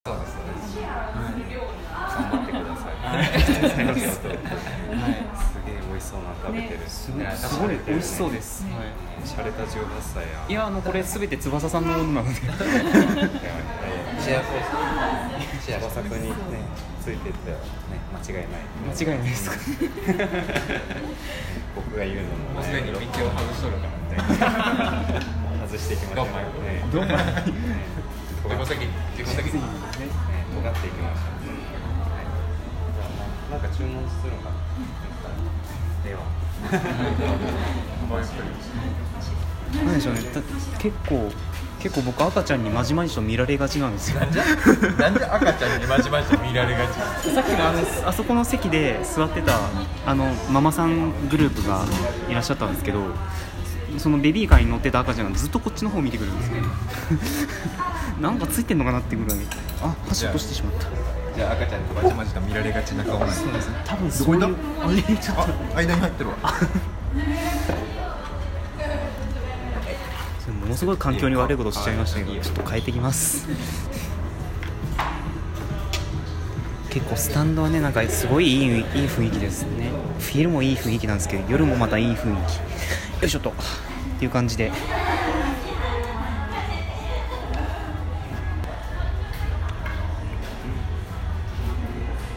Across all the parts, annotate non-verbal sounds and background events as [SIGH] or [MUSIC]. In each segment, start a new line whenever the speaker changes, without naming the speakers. そうですそうです頑張っ
は
てください
[LAUGHS] はい
ありがとうすげえ
い、
美
は
味しそうなの食べてる
い、すご
ね
いすごい美味しそうですす、は
洒落た18歳や
い、いやあのこれすべて翼さんのものなの
シ
で
ェアシェア作にねついてったらね間違いない
間違いないですか
[LAUGHS] 僕が言うのも
もうすでに道を外しとるからみたいな
外していきましたねね
どうも
ね尖
自己
って
責任自己責任
ね尖っていきましたねはいじゃあなんか注文するのかなでは
もうゆっくり
なんでしょうねだ結構結構僕赤ちゃんにまじまじと見られがちなんですよ
なんじゃなんで赤ちゃんにまじまじと見られがち
さっきのあの [LAUGHS] あそこの席で座ってたあのママさんグループがいらっしゃったんですけどそのベビーカーに乗ってた赤ちゃんがずっとこっちの方を見てくるん [LAUGHS] ですねなんかついてんのかなってぐらいあ箸落としてしまった
じゃあ赤ちゃんにまじまじと見られがちな顔ない
そうですね多分
ど
そ
こ
うい
いうた
あれちょっと
あ間に入ってるわ
それものすごい環境に悪いことしちゃいましたけどちょっと変えてきます結構スタンドはねなんかすごいいいいい雰囲気ですね昼もいい雰囲気なんですけど夜もまたいい雰囲気よいしょっとっていう感じで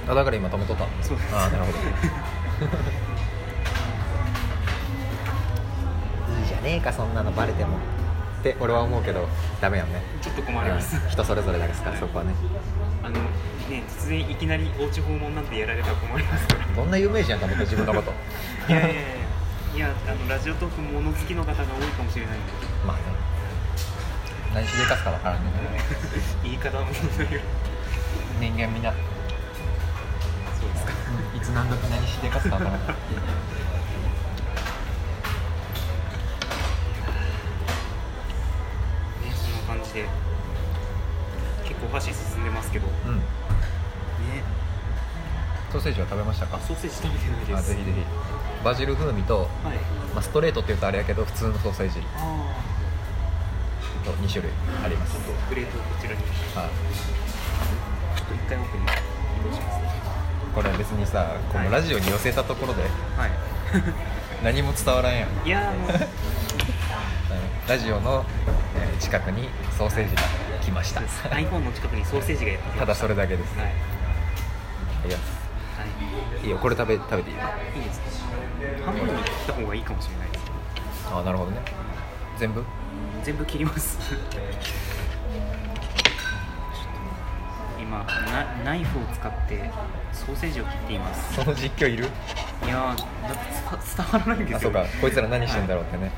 あだから今止めとったの
そうです
ああなるほどいいじゃねえかそんなのバレてもって俺は思うけどダメよね
ちょっと
う
困
ん人それぞれですからそこはね
あのね突然いきなりお家訪問なんてやられたら困りますから
どんな有名人やったの自分のこと
いやいやいやいやあのラジオトーク物好きの方が多いかもしれないんで
まあね何しでかすか分からんけどね
言い方も
人間みんなそうですかいつ何時何しでかすか分からん
ね、そんな感じで結構箸進んでますけどね
うんソーセージは食べましたか
ソーセージ食べてないです
あぜひぜひバジル風味と、
はい
まあ、ストレートって言うとあれやけど普通のソーセージ
あ
と2種類あります
あプレートをこちらにちょ
はい
っと一回奥に移動しますね
これは別にさこのラジオに寄せたところで
は
何も伝わらんやん、
いいやー
[LAUGHS]
もう
ラジオのえー近くにソーセージが来ました [LAUGHS]
iPhone の近くにソーセージがやってきました
だそれだけです
はい、
いや
はい
いよこれ食べ食べていいよ
い、いいですか半分に切った方がいいかもしれないです
ああなるほどね全部
全部切ります
[LAUGHS]
ちょっと今なナイフを使ってソーセージを切っています
その実況いる
いやーだって [LAUGHS] 伝わ伝わらないんで
あ
す
そう
よ
かこいつら何してんだろうってね、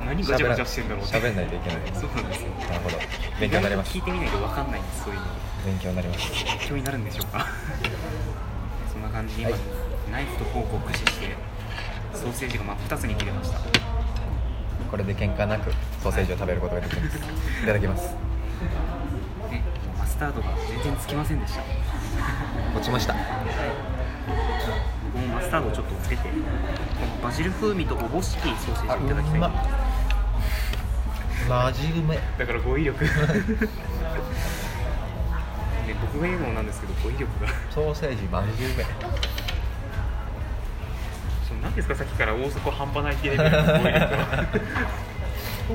な何ガチャガチャしてんだろうって
喋んないといけない
そうなんですよ
なるほど勉強になりま
意
す
外と聞いてみないと分かんないんですそういうの
勉強になります
勉強になるんでしょうか [LAUGHS] そんな感じで今、
はい
ナイフとフォークを駆使してソーセージが真っ二つに切れました
これで喧嘩なくソーセージを食べることができますいただきます
ねマスタードが全然つきませんでした
落ちました
このマスタードをちょっとつけてこのバジル風味とおぼしきソーセージをいただきたい
あうまマジうめ
だから語彙力 [LAUGHS] ね僕が言うのもなんですけど語彙力が
ソーセージマジうめ
その何ですかさっきから大底半端ないテレビの語彙力が
大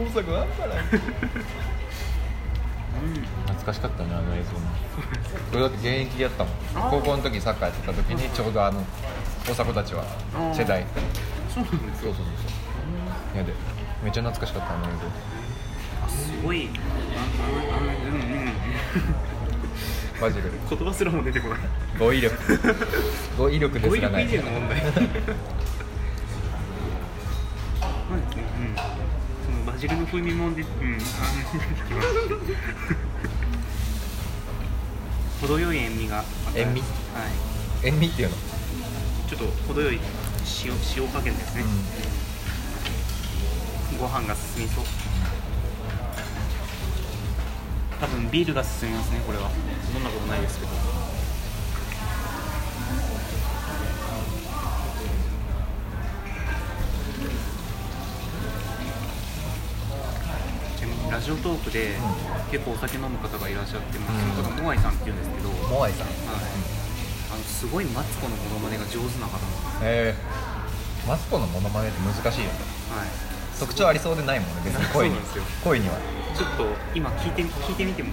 阪あんから懐かしかったねあの映像もこれだって現役でやったもん
あー
高校の時サッカーやってた時にちょうどあの大阪たちは
あー
世代
そうなんです
そうそうそうそうやでめっちゃ懐かしかったあの映
あすごいあああうんうんうん
像マジで
言葉すらも出てこない
語彙力語彙力で
語
す
彙
らな
力
い
以前の問題そうですねうんそのバジルの風味もんでうんあきました程よい塩味がまた
塩味
はい
塩味っていうの
ちょっと程よい塩塩加減ですね、ご飯が進みそう多分ビールが進みますねこれは飲んだことないですけどちなみにラジジオトークで結構お酒飲む方がいらっしゃって、まあその方モアイさんっていうんですけど、はい、
モアイさん
あのすごいマツコのモノマネが上手な方なんです
えー、マツコのモノマネって難しいよね
はい
特徴ありそうでないもんね別に声に
[LAUGHS] そうなんですよ
声には
ちょっと今聞いてみ聞いてみても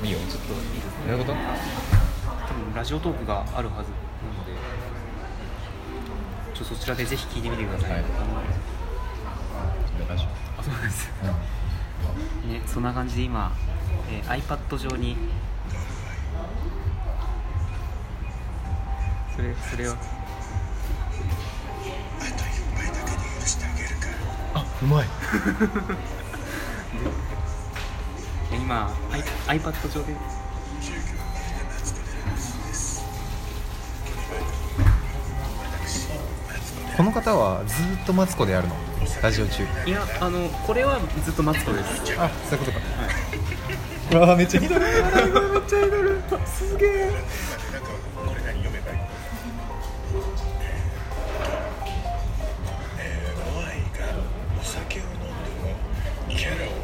うんいいよ
ちょっといいです
どういうこ
ね
と
多分ラジオトークがあるはずなのでちょっとそちらでぜひ聞いてみてください、
はいラジ
あそうなんです
オ、うん
ね、そんな感じで今、えー iPad 上にそれそれは
あうまい
えー今 I- iPad 上で
この方はずーっとマツコでやるのラジオ中
いやあのこれはずっとマツコです
あそういうことか、うわーめっちゃひどい今めっちゃひどいすげえ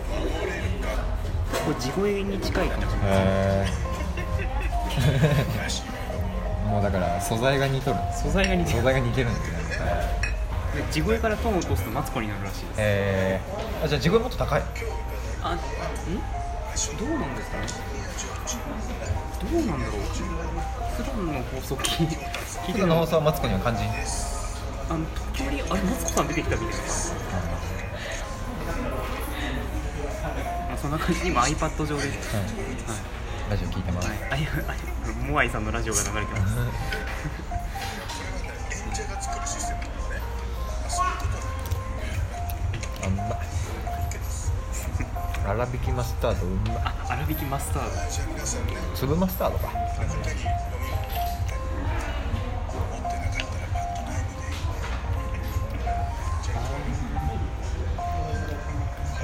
これ地声に近いかもしれない
へーもうだから素材が似とる
素材が似て
素
る
材が似てるんですね
で地声からトーンを落とすとマツコになるらしいです
えー、あじゃあ自分もっと高い
あんどうなんですかねどうなんだろう普段の放送聞い聞い
普
てる
段の放送はマツコには感じん
あの時折あれマツコさん出てきたみたいな、まあ、そんな感じに今 iPad 上で、はい
ラジオ聞いてます、
はい、あいあいモアイさんのラジオが流れてます
あんま [LAUGHS] 粗挽きマスタードうんま
あ粗挽きマスター
粒マスタードか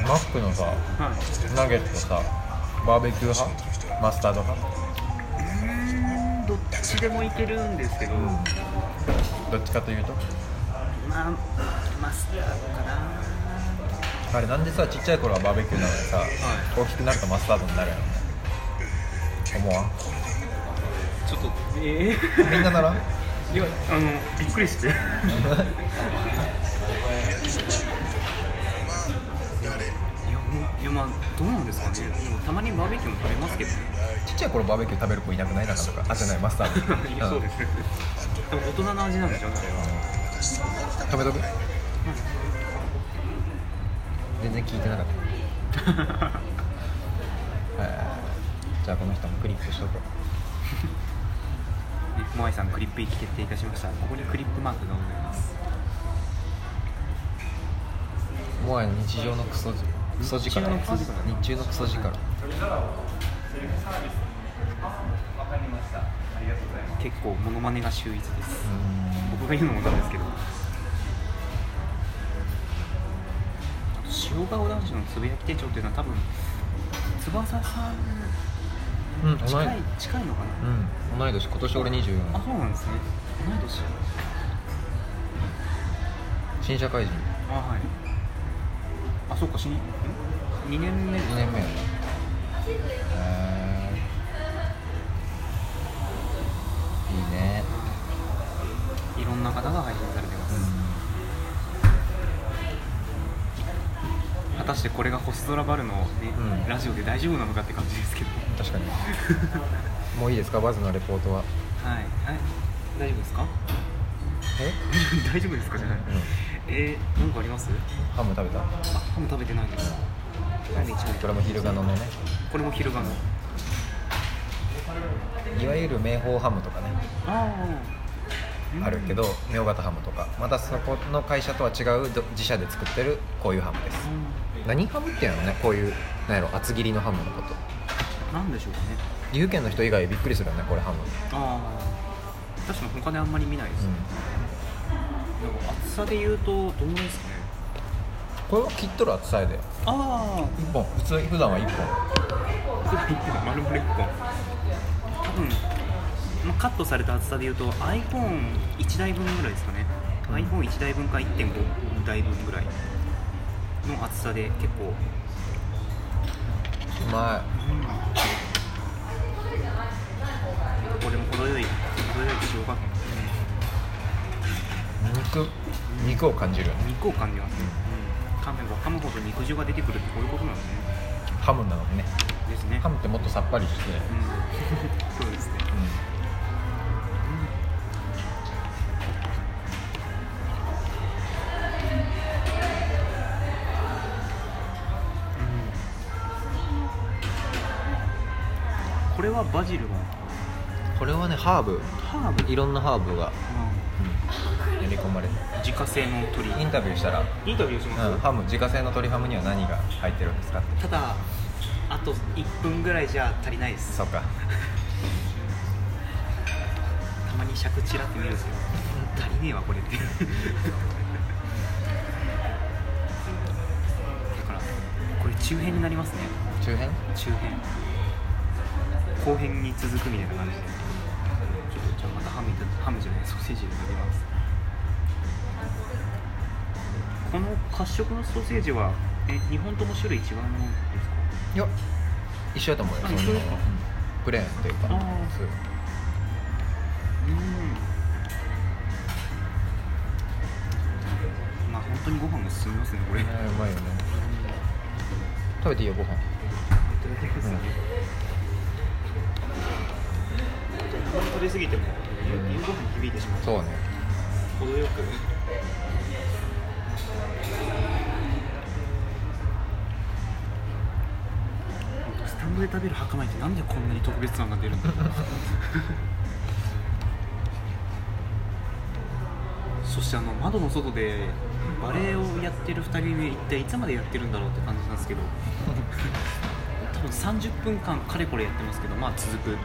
マックのさ
ドはい
ナゲットさバーベキュー派マスタード派
どっちでもいけるんですけど、ま
どっちかというと
あマスタードかな
あれなんでさちっちゃい頃はバーベキューなのにさ、大きくなるとマスタードになるやんね思わん
ちょっとえ [LAUGHS] え
みんなならん
いやあのびっくりしていやもういやまあどうなんですかねでもたまにバーベキューも食べますけどね
ちっちゃい頃バーベキュー食べる子いなくないなかなかあじゃないマスタード
[LAUGHS] [LAUGHS] いやそうですねでも大人の味なんでしょあれは
うん食べとく全然聞いてなか [LAUGHS] った、はいじゃあこの人もクリップしとこう
ねモアイさんクリップ行き決定いたしましたここにクリップマークがございます
もはや日常のクソじクソ力
日中のクソ力
日中のクソ力
結構モノマネが秀逸です僕が言うのもなんですけど塩顔男子のつぶやき手帳っていうのは多分翼さん
うんうん同
近
い
い近いのかな
うん同い年今年俺24
あそうなんですね同い年
新社会人
あはいあそっかしん2年目
2年目やねへーいいね
いろんな方が配信されてます、果たしてこれが星空バルの、ね
うん
ラジオで大丈夫なのかって感じですけど
確 [LAUGHS] かにもういいですかバズのレポートは
はいはい大丈夫です
[LAUGHS]
か
え
大丈夫ですかじゃない、
うん
えー、なんかあります
ハム食べた
あハム食べてないですなんで一枚
これも昼ガノのね
これも昼がの
いわゆる名宝ハムとかね
ああ
あるけど明型ハムとかまたそこの会社とは違うど自社で作ってるこういうハムです何ハムっていうのねこういうなんやろ厚切りのハムのこと
なんでしょうかね
岐阜県の人以外びっくりするよねこれハム、
ああ確かに他であんまり見ないで
う
す、
ん、
でも厚さで言うとどんぐらいですかね
これは切っとる厚さやで
あ
1本普通普段は1本
あこれ1本 [LAUGHS] 丸々1本多分、まあ、カットされた厚さで言うと iPhone1 台分ぐらいですかね、
うん
iPhone1 台分か1.5台分ぐらいの厚さで結構
ま
俺も程よい程よい塩加減
い肉肉を感じるよね
肉を感じますね、うん、噛めば噛むほど肉汁が出てくるってこういうことなんですね
ハムなのね
ですね
ハムってもっとさっぱりして、
うんそうですね
う
これはバジルは
んこれはねハーブ
ハーブ
いろんなハーブが、うん、練り込まれて
自家製の鶏
インタビューしたら、
インタビューします、
うん、ハム自家製の鶏ハムには何が入ってるんですかって
ただあと1分ぐらいじゃ足りないです
そうか
たまに尺ちらって見るんですけど足りねえわこれって [LAUGHS] だからこれ中編になりますね
中辺
中編後編に続くみたいな感じでちょっとじゃあまたハムいたハムじゃないソーセージいただきますこの褐色のソーセージはえ2本とも種類違うものですか
いや一緒やと思うよ
あ
その
一緒
プレーンっていうか
あ
そ
ー
う
うんまあ本当にご飯が進みますねこれい
ねうまいよね食べていいよご飯
ただきますね、じゃああんまり取りすぎても夕夕ご飯に響いてしまう
そうね
程よくスタンドで食べる白米ってなんでこんなに特別感が出るんだろうそしてあの窓の外でバレエをやってる2人目一体いつまでやってるんだろうって感じなんですけど多分30分間かれこれやってますけどまあ続く